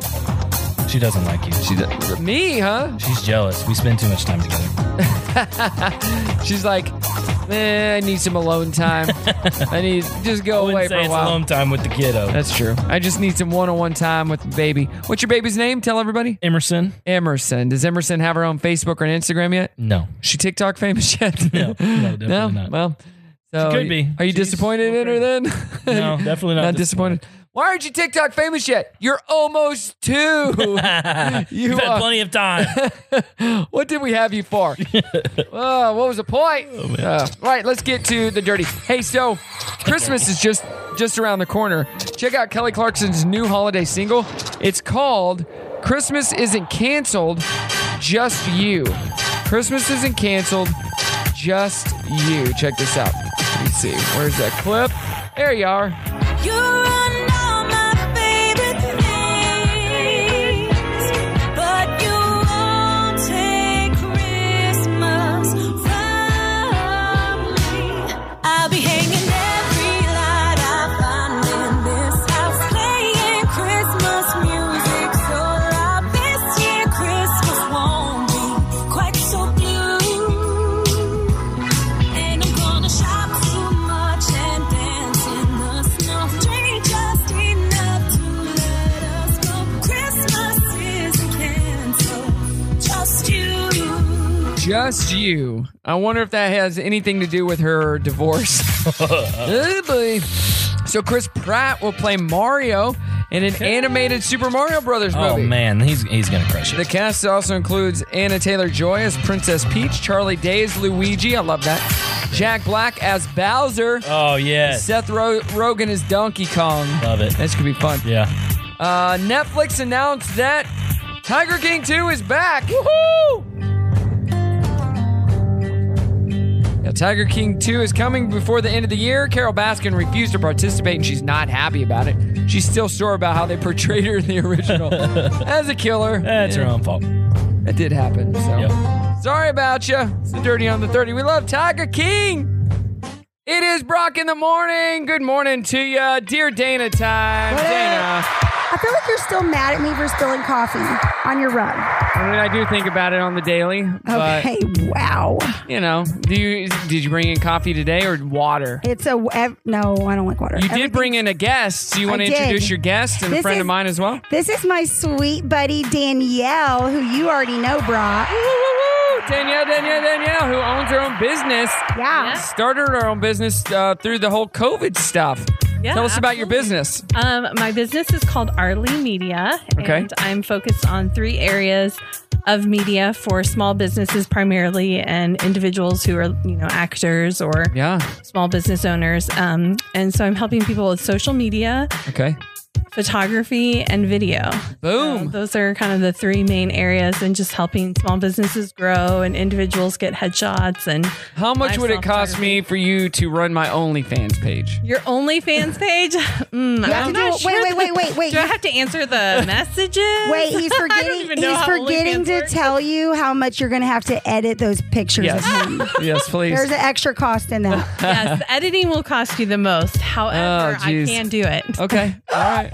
Speaker 7: She doesn't like you. She does.
Speaker 2: Me, huh?
Speaker 7: She's jealous. We spend too much time together.
Speaker 2: She's like, eh, I need some alone time. I need just go away for
Speaker 7: say
Speaker 2: a
Speaker 7: it's
Speaker 2: while.
Speaker 7: alone time with the kiddo.
Speaker 2: That's true. I just need some one-on-one time with the baby. What's your baby's name? Tell everybody.
Speaker 7: Emerson.
Speaker 2: Emerson. Does Emerson have her own Facebook or an Instagram yet?
Speaker 7: No.
Speaker 2: She TikTok famous yet? No. No.
Speaker 7: Mm. definitely not.
Speaker 2: Well, so
Speaker 7: She could be.
Speaker 2: Are you disappointed in her then?
Speaker 7: No, definitely not
Speaker 2: Not disappointed. Why aren't you TikTok famous yet? You're almost two. you
Speaker 7: You've had plenty of time.
Speaker 2: what did we have you for? oh, what was the point? Uh, right, let's get to the dirty. Hey, so Christmas is just just around the corner. Check out Kelly Clarkson's new holiday single. It's called "Christmas Isn't Canceled, Just You." Christmas isn't canceled, just you. Check this out. Let me see. Where's that clip? There you are.
Speaker 3: I'll be hanging every light I find in this house, playing Christmas music. So loud this year, Christmas won't be quite so blue. And I'm gonna shop too much and dance in the snow, drinking just enough to let us go. Christmas isn't canceled, just you.
Speaker 2: Just you. I wonder if that has anything to do with her divorce. Oh, boy. so Chris Pratt will play Mario in an animated Super Mario Brothers movie.
Speaker 7: Oh man, he's he's gonna crush it.
Speaker 2: The cast also includes Anna Taylor Joy as Princess Peach, Charlie Day as Luigi. I love that. Jack Black as Bowser.
Speaker 7: Oh yeah,
Speaker 2: Seth Ro- Rogen as Donkey Kong.
Speaker 7: love it.
Speaker 2: This could be fun.
Speaker 7: Yeah.
Speaker 2: Uh, Netflix announced that Tiger King 2 is back. Woohoo! Now, Tiger King 2 is coming before the end of the year. Carol Baskin refused to participate and she's not happy about it. She's still sore about how they portrayed her in the original as a killer.
Speaker 7: That's her own fault.
Speaker 2: That did happen. So sorry about you. It's the dirty on the 30. We love Tiger King. It is Brock in the morning. Good morning to you. Dear Dana time. Dana.
Speaker 1: I feel like you're still mad at me for spilling coffee on your rug.
Speaker 2: I mean, I do think about it on the daily. But,
Speaker 1: Okay, wow.
Speaker 2: You know, do you did you bring in coffee today or water?
Speaker 1: It's a ev- no. I don't like water.
Speaker 2: You
Speaker 1: Every-
Speaker 2: did bring in a guest. Do you
Speaker 1: I
Speaker 2: want to
Speaker 1: did.
Speaker 2: introduce your guest and a
Speaker 1: This
Speaker 2: friend of
Speaker 1: is-
Speaker 2: mine as well?
Speaker 1: This is my sweet buddy Danielle, who you already know, Brock.
Speaker 2: Danielle, Danielle, Danielle, who owns her own business.
Speaker 1: Yeah.
Speaker 2: Started her own business uh, through the whole COVID stuff.
Speaker 4: Yeah,
Speaker 2: Tell us about your business.
Speaker 4: Um, my business is called Arlie Media,
Speaker 2: Okay.
Speaker 4: and I'm focused on three areas of media for small businesses primarily and individuals who are you know actors or
Speaker 2: yeah.
Speaker 4: small business owners. Um, and so I'm helping people with social media,
Speaker 2: Okay.
Speaker 3: photography and video.
Speaker 2: Boom.
Speaker 3: those are kind of Uh, the three main areas and just helping small businesses grow and individuals get headshots and
Speaker 2: How much would it cost me for you to run my OnlyFans page?
Speaker 3: your OnlyFans page. Mm,
Speaker 1: You have
Speaker 3: I'm
Speaker 1: to do
Speaker 3: not
Speaker 1: it- wait,
Speaker 3: sure
Speaker 1: wait, wait,
Speaker 3: that-
Speaker 1: wait, wait.
Speaker 3: Do I have to answer the messages?
Speaker 1: Wait, he's
Speaker 3: I don't
Speaker 1: forgetting.
Speaker 3: even know
Speaker 1: He's
Speaker 3: how
Speaker 1: forgetting
Speaker 3: OnlyFans
Speaker 1: to
Speaker 3: works.
Speaker 1: tell you how much you're going to have to edit those pictures
Speaker 2: Yes.
Speaker 1: of him.
Speaker 2: yes, please.
Speaker 1: There's an extra cost in that.
Speaker 3: yes, editing will cost you the most. However,
Speaker 2: Oh,
Speaker 3: I
Speaker 2: geez.
Speaker 3: can do it.
Speaker 2: Okay. All right.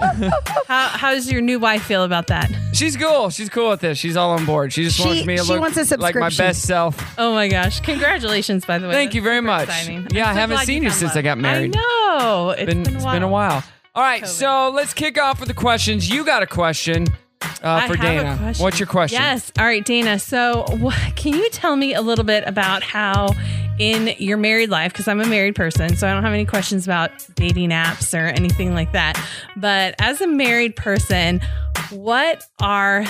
Speaker 3: how, how does your new wife feel about that?
Speaker 2: She's cool. She's cool with this. She's all on board. She just
Speaker 3: She-
Speaker 2: wants me to
Speaker 3: she
Speaker 2: look
Speaker 3: wants a
Speaker 2: like my
Speaker 3: subscription.
Speaker 2: best self.
Speaker 3: Oh my gosh. Congratulations, by the way.
Speaker 2: Thank you very much.
Speaker 3: exciting.
Speaker 2: Yeah,
Speaker 3: I'm
Speaker 2: I
Speaker 3: so
Speaker 2: haven't
Speaker 3: glad
Speaker 2: seen you,
Speaker 3: you
Speaker 2: since I got married.
Speaker 3: I know. It's been,
Speaker 2: It's been a while. All right, so let's kick off with the questions. You got a question uh,
Speaker 3: I
Speaker 2: for
Speaker 3: have a
Speaker 2: Dana.
Speaker 3: question.
Speaker 2: What's your question?
Speaker 3: Yes. All right, Dana. So, wh- can you tell me a little bit about how in your married life, because I'm a married person, so I don't have any questions about dating apps or anything like that. But as a married person, what are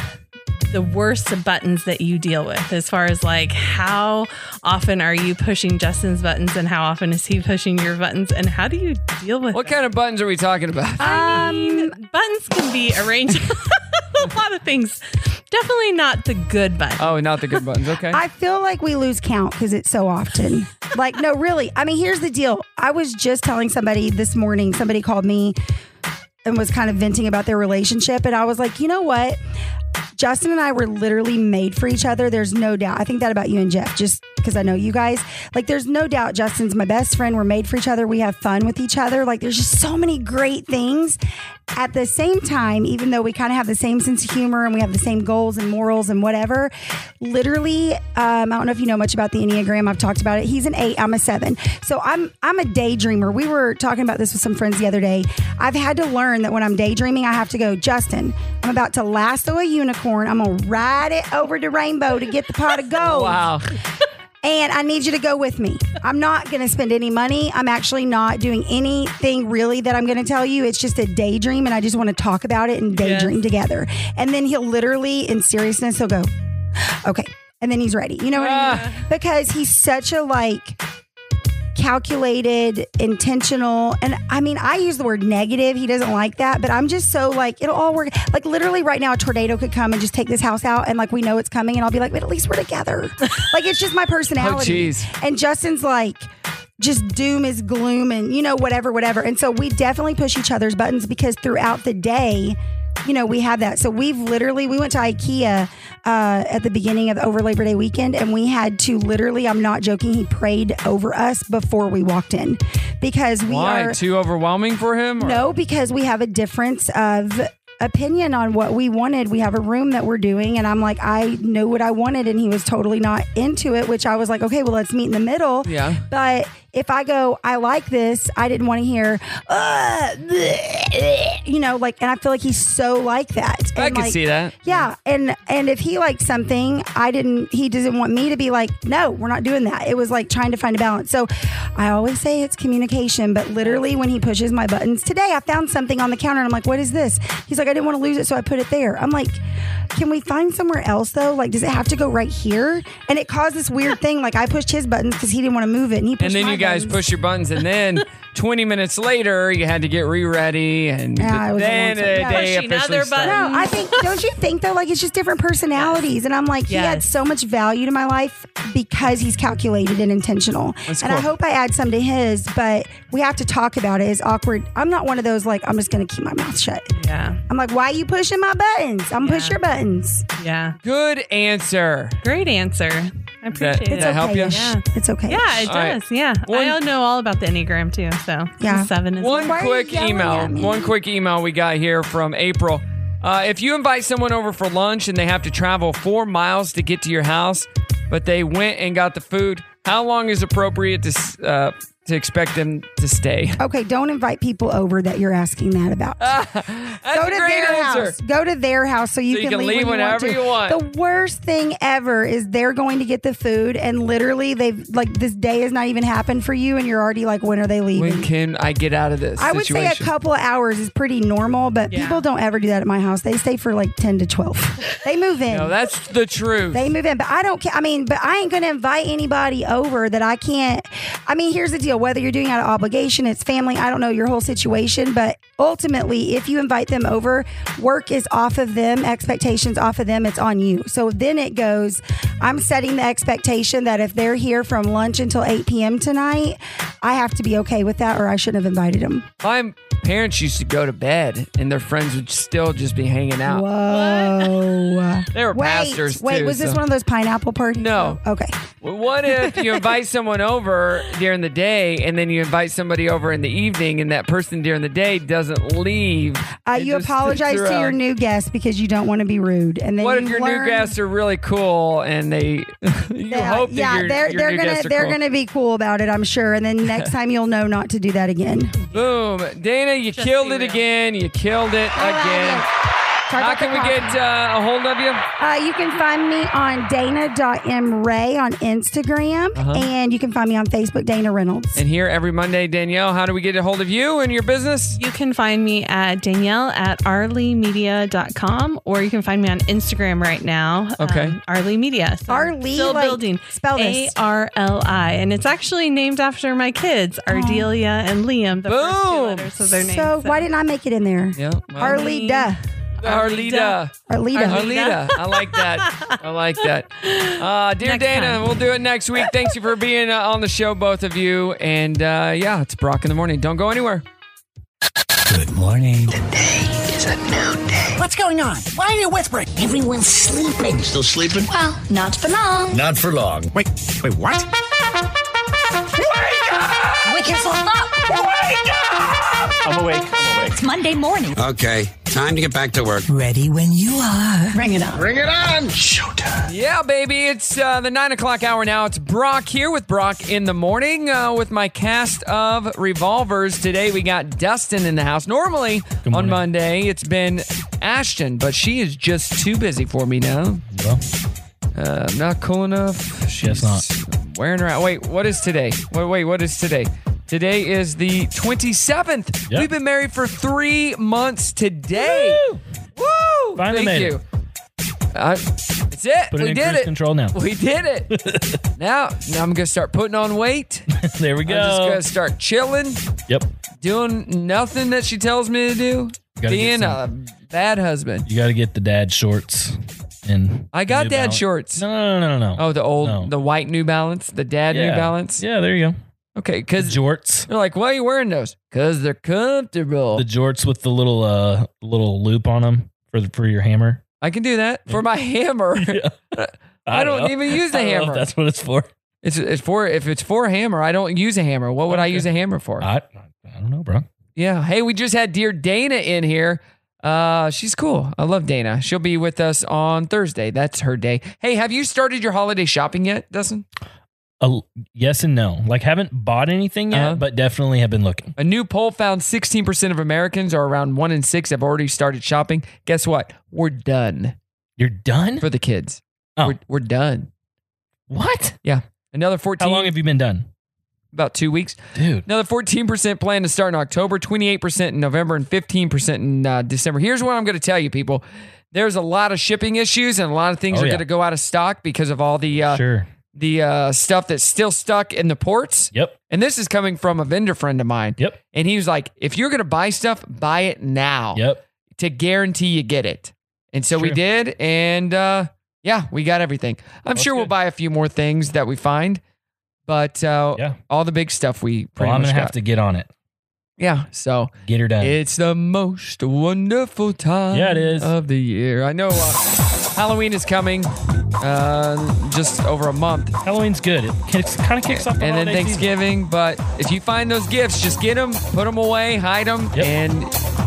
Speaker 3: the worst buttons that you deal with as far as like how often are you pushing Justin's buttons and how often is he pushing your buttons and how do you deal with
Speaker 2: What kind of buttons are we talking about?
Speaker 3: um, buttons can be arranged a lot of things. Definitely not the good button.
Speaker 2: Oh, not the good buttons. Okay.
Speaker 1: I feel like we lose count because it's so often. like, no, really. I mean, here's the deal. I was just telling somebody this morning, somebody called me and was kind of venting about their relationship. And I was like, you know what? Justin and I were literally made for each other. There's no doubt. I think that about you and Jeff, just because I know you guys. Like, there's no doubt Justin's my best friend. We're made for each other. We have fun with each other. Like, there's just so many great things. At the same time, even though we kind of have the same sense of humor and we have the same goals and morals and whatever, literally, um, I don't know if you know much about the Enneagram. I've talked about it. He's an eight. I'm a seven. So I'm I'm a daydreamer. We were talking about this with some friends the other day. I've had to learn that when I'm daydreaming, I have to go, Justin, I'm about to lasso a unicorn. I'm gonna ride it over to Rainbow to get the pot of gold.
Speaker 2: Wow.
Speaker 1: And I need you to go with me. I'm not going to spend any money. I'm actually not doing anything really that I'm going to tell you. It's just a daydream, and I just want to talk about it and daydream together. And then he'll literally, in seriousness, he'll go, okay. And then he's ready. You know what I
Speaker 2: Ah.
Speaker 1: mean? Because he's such a like, calculated, intentional. And I mean, I use the word negative. He doesn't like that, but I'm just so like, it'll all work. Like, literally, right now, a tornado could come and just take this house out. And like, we know it's coming. And I'll be like, but at least we're together. like, it's just my personality.
Speaker 2: Oh, jeez.
Speaker 1: and Justin's like, just doom is gloom and, you know, whatever, whatever. And so we definitely push each other's buttons because throughout the day, you know, we have that. So we've literally we went to IKEA uh, at the beginning of over Labor Day weekend, and we had to literally. I'm not joking. He prayed over us before we walked in because we
Speaker 2: Why?
Speaker 1: are
Speaker 2: Too overwhelming for him? or-
Speaker 1: no, because we have a difference of opinion on what we wanted. We have a room that we're doing, and I'm like, I know what I wanted, and he was totally not into it, which I was like, okay, well, let's meet in the middle.
Speaker 2: Yeah.
Speaker 1: But if I go, I like this, I didn't want to hear, uh, you know, like, and I feel like he's so like that.
Speaker 2: I
Speaker 1: And,
Speaker 2: can
Speaker 1: like,
Speaker 2: see that.
Speaker 1: Yeah, and and if he liked something, I didn't. He doesn't want me to be like, no, we're not doing that. It was like trying to find a balance. So I always say it's communication, but literally when he pushes my buttons today, I found something on the counter and I'm like, what is this? He's like, I didn't want to lose it, so I put it there. I'm like, can we find somewhere else though? Like, does it have to go right here? And it caused this weird thing. Like I pushed his buttons because he didn't want to move it, and he pushed
Speaker 2: And then
Speaker 1: my
Speaker 2: you guys
Speaker 1: buttons.
Speaker 2: push your buttons, and then 20 minutes later, you had to get re ready. And
Speaker 1: Yeah, it was a long
Speaker 2: then
Speaker 1: time.
Speaker 2: the
Speaker 1: Yeah.
Speaker 2: day
Speaker 1: Pushing
Speaker 2: officially
Speaker 1: other
Speaker 2: started.
Speaker 1: No, I think don't you think though? Like it's just different personalities, and I'm like he had
Speaker 2: Yes.
Speaker 1: so much value to my life because he's calculated and intentional.
Speaker 2: That's
Speaker 1: and I
Speaker 2: cool.
Speaker 1: hope I add some to his, but we have to talk about it. It's awkward. I'm not one of those like I'm just going to keep my mouth shut.
Speaker 3: Yeah.
Speaker 1: I'm like, why you pushing my buttons? I'm gonna push your buttons.
Speaker 3: Yeah.
Speaker 2: Good answer.
Speaker 3: Great answer. I appreciate
Speaker 2: That-
Speaker 3: it.
Speaker 2: that help you?
Speaker 3: Yeah.
Speaker 1: It's okay.
Speaker 3: Yeah, it
Speaker 2: All right.
Speaker 3: does. Yeah. I all know all about the Enneagram too. So yeah. seven is
Speaker 2: One quick email. One quick email we got here from April. Uh, if you invite someone over for lunch and they have to travel four miles to get to your house, but they went and got the food, how long is appropriate to s- uh, to expect them to stay?
Speaker 1: Okay, don't invite people over that you're asking that about. Go
Speaker 2: a great
Speaker 1: to their
Speaker 2: answer.
Speaker 1: house. Go to their house so you,
Speaker 2: So you can
Speaker 1: can,
Speaker 2: leave
Speaker 1: leave, when
Speaker 2: whenever you
Speaker 1: you want. to. The worst thing ever is they're going to get the food and literally they've like this day has not even happened for you and you're already like when are they leaving?
Speaker 2: When can I get out of this?
Speaker 1: I would
Speaker 2: situation?
Speaker 1: say a couple of hours is pretty normal, but people don't ever do that at my house. They stay for like 10 to 12. They move in.
Speaker 2: No, that's the truth.
Speaker 1: They move in, but I don't care. I mean, but I ain't going to invite anybody over that I can't. I mean, here's the deal. whether you're doing it out of obligation, it's family, I don't know your whole situation, but ultimately, if you invite them over, work is off of them, expectations off of them, it's on you. So then it goes, I'm setting the expectation that if they're here from lunch until 8 p.m. tonight, I have to be okay with that or I shouldn't have invited them.
Speaker 2: My parents used to go to bed and their friends would still just be hanging out.
Speaker 1: Whoa.
Speaker 2: They were
Speaker 1: wait,
Speaker 2: pastors,
Speaker 1: Wait,
Speaker 2: too,
Speaker 1: was this
Speaker 2: so-
Speaker 1: one of those pineapple parties?
Speaker 2: No.
Speaker 1: Okay.
Speaker 2: Well, what if you invite someone over during the day and then you invite somebody over in the evening and that person during the day doesn't leave?
Speaker 1: Uh, you apologize to your new guest because you don't want to be rude, and then
Speaker 2: What
Speaker 1: you
Speaker 2: if your
Speaker 1: learn
Speaker 2: new guests are really cool and they you
Speaker 1: that-
Speaker 2: hope that
Speaker 1: yeah,
Speaker 2: your,
Speaker 1: they're
Speaker 2: your
Speaker 1: they're
Speaker 2: new
Speaker 1: gonna
Speaker 2: guests are
Speaker 1: they're
Speaker 2: cool.
Speaker 1: gonna be cool about it, I'm sure. And then next time you'll know not to do that again.
Speaker 2: Boom. Dana, you killed it again. You killed it again. How can we get uh, a hold of you?
Speaker 1: Uh, you can find me on dana.mray on Instagram,
Speaker 2: Uh-huh.
Speaker 1: and you can find me on Facebook, Dana Reynolds.
Speaker 2: And here every Monday, Danielle, how do we get a hold of you and your business?
Speaker 4: You can find me at Danielle at arleymedia.com or you can find me on Instagram right now.
Speaker 2: Okay.
Speaker 4: Um, Arlie Media. So
Speaker 1: Arlie,
Speaker 4: Still
Speaker 1: like,
Speaker 4: building.
Speaker 1: spell
Speaker 4: A
Speaker 1: this.
Speaker 4: R L I. And it's actually named after my kids, Ardelia and Liam. The first two letters of their names.
Speaker 1: Oh. so why didn't I make it in there?
Speaker 2: Yeah. well-
Speaker 1: Arlita.
Speaker 2: Arlita.
Speaker 1: Arlita.
Speaker 2: Arlita. I like that. I like that. Uh, dear Dana, we'll do it next week. Thanks you for being uh, on the show, both of you. And uh, yeah, it's Brock in the morning. Don't go anywhere.
Speaker 6: Good morning.
Speaker 24: Is a new day.
Speaker 6: What's going on? Why are you whispering? Everyone's sleeping. Still sleeping?
Speaker 23: Well, not for long.
Speaker 6: Not for long. Wait, wait, what?
Speaker 23: Wake yourself up. Wake up.
Speaker 24: I'm awake. I'm awake.
Speaker 23: It's Monday morning.
Speaker 24: Okay, time to get back to work.
Speaker 6: Ready when you are.
Speaker 23: Bring it on.
Speaker 24: Bring it on.
Speaker 2: Yeah, baby. It's uh, the nine o'clock hour now. It's Brock here with Brock in the morning uh, with my cast of revolvers. Today we got Dustin in the house. Normally on Monday it's been Ashton, but she is just too busy for me now.
Speaker 7: Well,
Speaker 2: uh, not cool enough. She's not wearing her out. Wait, what is today? Wait, wait, what is today? Today is the 27th. We've been married for three months today. Woo! Thank
Speaker 7: Finally made
Speaker 2: you. I- that's it.
Speaker 7: Put it
Speaker 2: we
Speaker 7: in
Speaker 2: did
Speaker 7: cruise
Speaker 2: it.
Speaker 7: control now.
Speaker 2: We did it. now, now I'm gonna start putting on weight.
Speaker 7: there we go.
Speaker 2: I'm just gonna start chilling.
Speaker 7: Yep.
Speaker 2: Doing nothing that she tells me to do.
Speaker 7: Gotta get
Speaker 2: Being a
Speaker 7: some-
Speaker 2: bad husband.
Speaker 7: You got to get the dad shorts. And
Speaker 2: I got
Speaker 7: New
Speaker 2: dad
Speaker 7: Balance.
Speaker 2: shorts.
Speaker 7: No, no, no, no, no.
Speaker 2: Oh, the old,
Speaker 7: No.
Speaker 2: the white New Balance, the dad New
Speaker 7: Yeah.
Speaker 2: Balance.
Speaker 7: Yeah, there you go.
Speaker 2: Okay, because
Speaker 7: jorts.
Speaker 2: They're like, why are you wearing those? Because they're comfortable.
Speaker 7: The jorts with the little uh little loop on them for the, for your hammer.
Speaker 2: I can do that for my hammer. I don't
Speaker 7: know.
Speaker 2: even use the
Speaker 7: I don't know if
Speaker 2: hammer.
Speaker 7: that's what it's for.
Speaker 2: It's, it's for if it's for a hammer. I don't use a hammer. What would I use a hammer for?
Speaker 7: I, I don't know, bro.
Speaker 2: Yeah. Hey, we just had dear Dana in here. Uh, she's cool. I love Dana. She'll be with us on Thursday. That's her day. Hey, have you started your holiday shopping yet, Dustin?
Speaker 7: A, yes and no. Like haven't bought anything yet,
Speaker 2: Uh-huh.
Speaker 7: but definitely have been looking.
Speaker 2: A new poll found 16% of Americans, or around one in six, have already started shopping. Guess what? We're done.
Speaker 7: You're done
Speaker 2: for the kids.
Speaker 7: Oh.
Speaker 2: We're, we're done.
Speaker 7: What?
Speaker 2: Yeah. Another 14.
Speaker 7: How long have you been done?
Speaker 2: About two weeks.
Speaker 7: Dude.
Speaker 2: Another 14% plan to start in October, 28% in November, and 15% in uh, December. Here's what I'm going to tell you, people. There's a lot of shipping issues and a lot of things
Speaker 7: Oh,
Speaker 2: are
Speaker 7: yeah.
Speaker 2: going to go out of stock because of all the uh,
Speaker 7: Sure.
Speaker 2: the uh, stuff that's still stuck in the ports.
Speaker 7: Yep.
Speaker 2: And this is coming from a vendor friend of mine.
Speaker 7: Yep.
Speaker 2: And he was like, if you're going to buy stuff, buy it now.
Speaker 7: Yep.
Speaker 2: To guarantee you get it. And so we
Speaker 7: True.
Speaker 2: did. And uh, yeah, we got everything. I'm sure we'll buy a few more things that we find. But uh, all the big stuff we pretty
Speaker 7: Well, I'm
Speaker 2: much
Speaker 7: gonna
Speaker 2: got.
Speaker 7: have to get on it.
Speaker 2: Yeah. So
Speaker 7: get her done.
Speaker 2: It's the most wonderful time.
Speaker 7: Yeah, it is.
Speaker 2: of the year. I know uh, Halloween is coming. Uh, just over a month.
Speaker 7: Halloween's good. It kicks, kind of kicks off. The
Speaker 2: and then
Speaker 7: holiday season.
Speaker 2: Thanksgiving. But if you find those gifts, just get them, put them away, hide them, and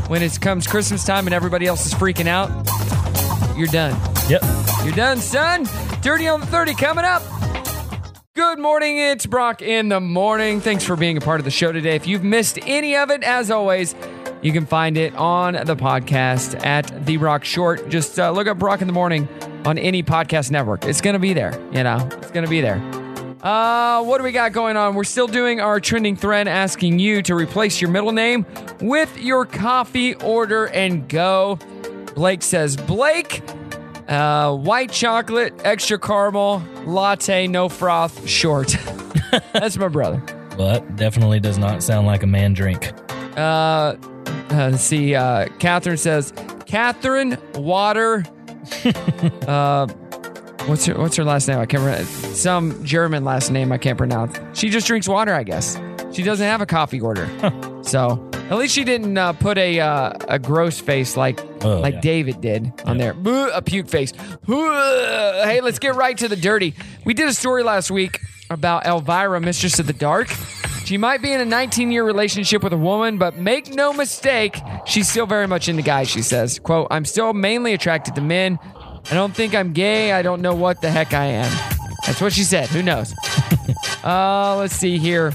Speaker 2: when it comes Christmas time and everybody else is freaking out, you're done.
Speaker 7: Yep.
Speaker 2: You're done, son. Dirty on the 30 coming up. Good morning. It's Brock in the morning. Thanks for being a part of the show today. If you've missed any of it, as always, you can find it on the podcast at The Rock Short. Just uh, look up Brock in the morning on any podcast network. It's going to be there. You know, it's going to be there. Uh, what do we got going on? We're still doing our trending thread asking you to replace your middle name with your coffee order and go. Blake says, Blake, uh, white chocolate, extra caramel, latte, no froth, short. That's my brother.
Speaker 7: Well, that definitely does not sound like a man drink.
Speaker 2: Uh, uh, let's see. Uh, Catherine says, Catherine Water. uh, what's her What's her last name? I can't remember. Some German last name I can't pronounce. She just drinks water, I guess. She doesn't have a coffee order, so at least she didn't uh, put a uh, a gross face like
Speaker 6: Oh,
Speaker 2: like
Speaker 6: yeah.
Speaker 2: David did on there. Boo, a puke face. Boo. Hey, let's get right to the dirty. We did a story last week about Elvira, Mistress of the Dark. She might be in a 19 year relationship with a woman, but make no mistake, she's still very much into guys, she says. Quote, I'm still mainly attracted to men. I don't think I'm gay. I don't know what the heck I am. That's what she said. Who knows? uh, let's see here.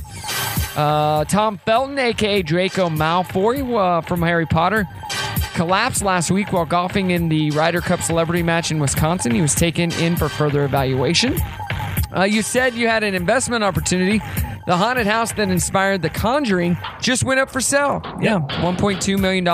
Speaker 2: Uh, Tom Felton, aka Draco Malfoy uh, from Harry Potter, collapsed last week while golfing in the Ryder Cup celebrity match in Wisconsin. He was taken in for further evaluation. Uh, you said you had an investment opportunity. The haunted house that inspired The Conjuring just went up for sale. Yeah, $1.2 million.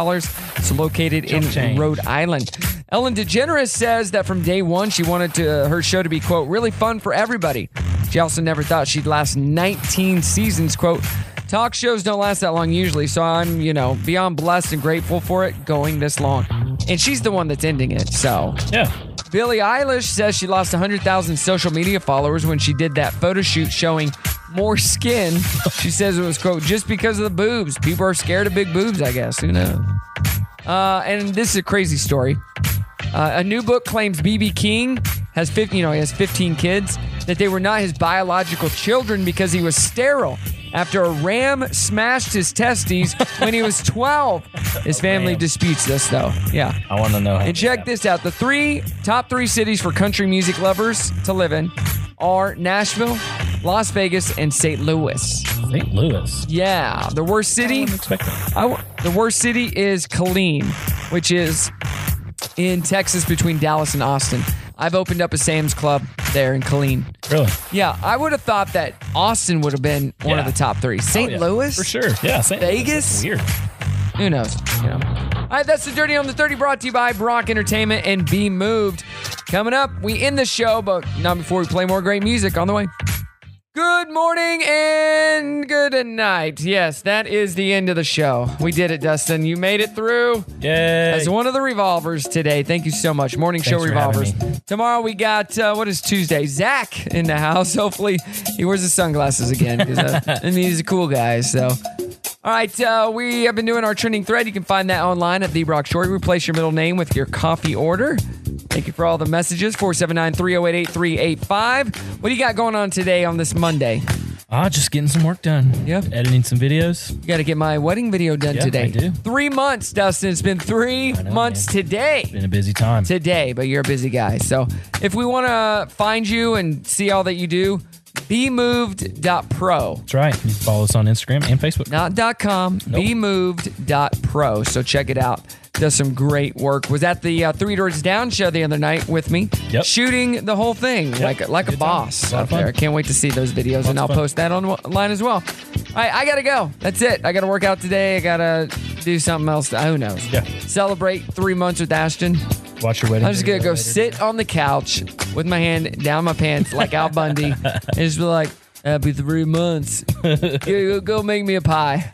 Speaker 2: It's located in Rhode Island. Ellen DeGeneres says that from day one, she wanted to, uh, her show to be, quote, really fun for everybody. She also never thought she'd last 19 seasons, quote, Talk shows don't last that long usually, so I'm, you know, beyond blessed and grateful for it going this long. And she's the one that's ending it, so. Yeah. Billie Eilish says she lost 100,000 social media followers when she did that photo shoot showing more skin. She says it was, quote, just because of the boobs. People are scared of big boobs, I guess. Who knows? Uh, and this is a crazy story. Uh, a new book claims BB King has 50, you know, he has 15 kids that they were not his biological children because he was sterile after a ram smashed his testes when he was 12. His family disputes this though. Yeah.
Speaker 7: I want to know. How
Speaker 2: And check this out: the three top three cities for country music lovers to live in are Nashville, Las Vegas, and St. Louis. St.
Speaker 7: Louis.
Speaker 2: Yeah, the worst city. I w- the worst city is Killeen, which is in Texas between Dallas and Austin. I've opened up a Sam's Club there in Killeen.
Speaker 7: Really?
Speaker 2: Yeah, I would have thought that Austin would have been one of
Speaker 7: Yeah. Oh,
Speaker 2: the top three. St.
Speaker 7: yeah,
Speaker 2: Louis
Speaker 7: for sure. Yeah, St. Louis,
Speaker 2: Vegas.
Speaker 7: that's weird.
Speaker 2: Who knows? You know. All right, that's the Dirty on the 30 brought to you by Brock Entertainment and Be Moved. Coming up, we end the show, but not before we play more great music on the way. Good morning and good night. Yes, that is the end of the show. We did it, Dustin. You made it through.
Speaker 7: Yay.
Speaker 2: As one of the revolvers today. Thank you so much. Morning
Speaker 7: Thanks
Speaker 2: show
Speaker 7: for having
Speaker 2: revolvers. Tomorrow we got, uh, what is Tuesday? Zach in the house. Hopefully he wears his sunglasses again because I mean, he's a cool guy. So. All right, uh, we have been doing our trending thread. You can find that online at The Brock Short. Replace your middle name with your coffee order. Thank you for all the messages. 479 308 8385. What do you got going on today on this Monday?
Speaker 7: Ah, just getting some work done. Yeah. Editing some videos.
Speaker 2: You got to get my wedding video done
Speaker 7: Yeah,
Speaker 2: today.
Speaker 7: I do.
Speaker 2: Three months, Dustin. It's been three months today. It's
Speaker 7: been a busy time.
Speaker 2: Today, but you're a busy guy. So if we want to find you and see all that you do, bemoved.pro.
Speaker 7: That's right. You can follow us on Instagram and Facebook.
Speaker 2: Not dot .com, bemoved.pro. So check it out. Does some great work. Was at the uh, Three Doors Down show the other night with me, shooting the whole thing like like a boss
Speaker 7: lot
Speaker 2: out
Speaker 7: of fun.
Speaker 2: there. I can't wait to see those videos, and I'll
Speaker 7: of fun.
Speaker 2: post that online as well. All right, I gotta go. That's it. I gotta work out today. I gotta do something else. Who knows? Yeah. Celebrate three months with Ashton.
Speaker 7: Watch your wedding.
Speaker 2: I'm just gonna go sit on the couch with my hand down my pants like Al Bundy and just be like, "Happy three months. Go- go, go make me a pie."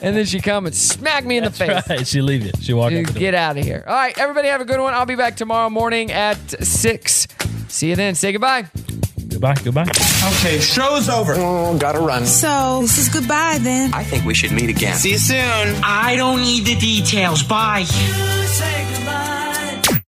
Speaker 2: and then she come and smack me in the face.
Speaker 7: Right. She leave it. She walk out
Speaker 2: Dude,
Speaker 7: the door.
Speaker 2: get out of here. All right, everybody have a good one. I'll be back tomorrow morning at six. See you then. Say goodbye.
Speaker 7: Goodbye. Goodbye.
Speaker 9: Okay, show's over. Oh, gotta run.
Speaker 5: So this is goodbye then.
Speaker 9: I think we should meet again.
Speaker 5: See you soon. I don't need the details. Bye.
Speaker 3: You say goodbye.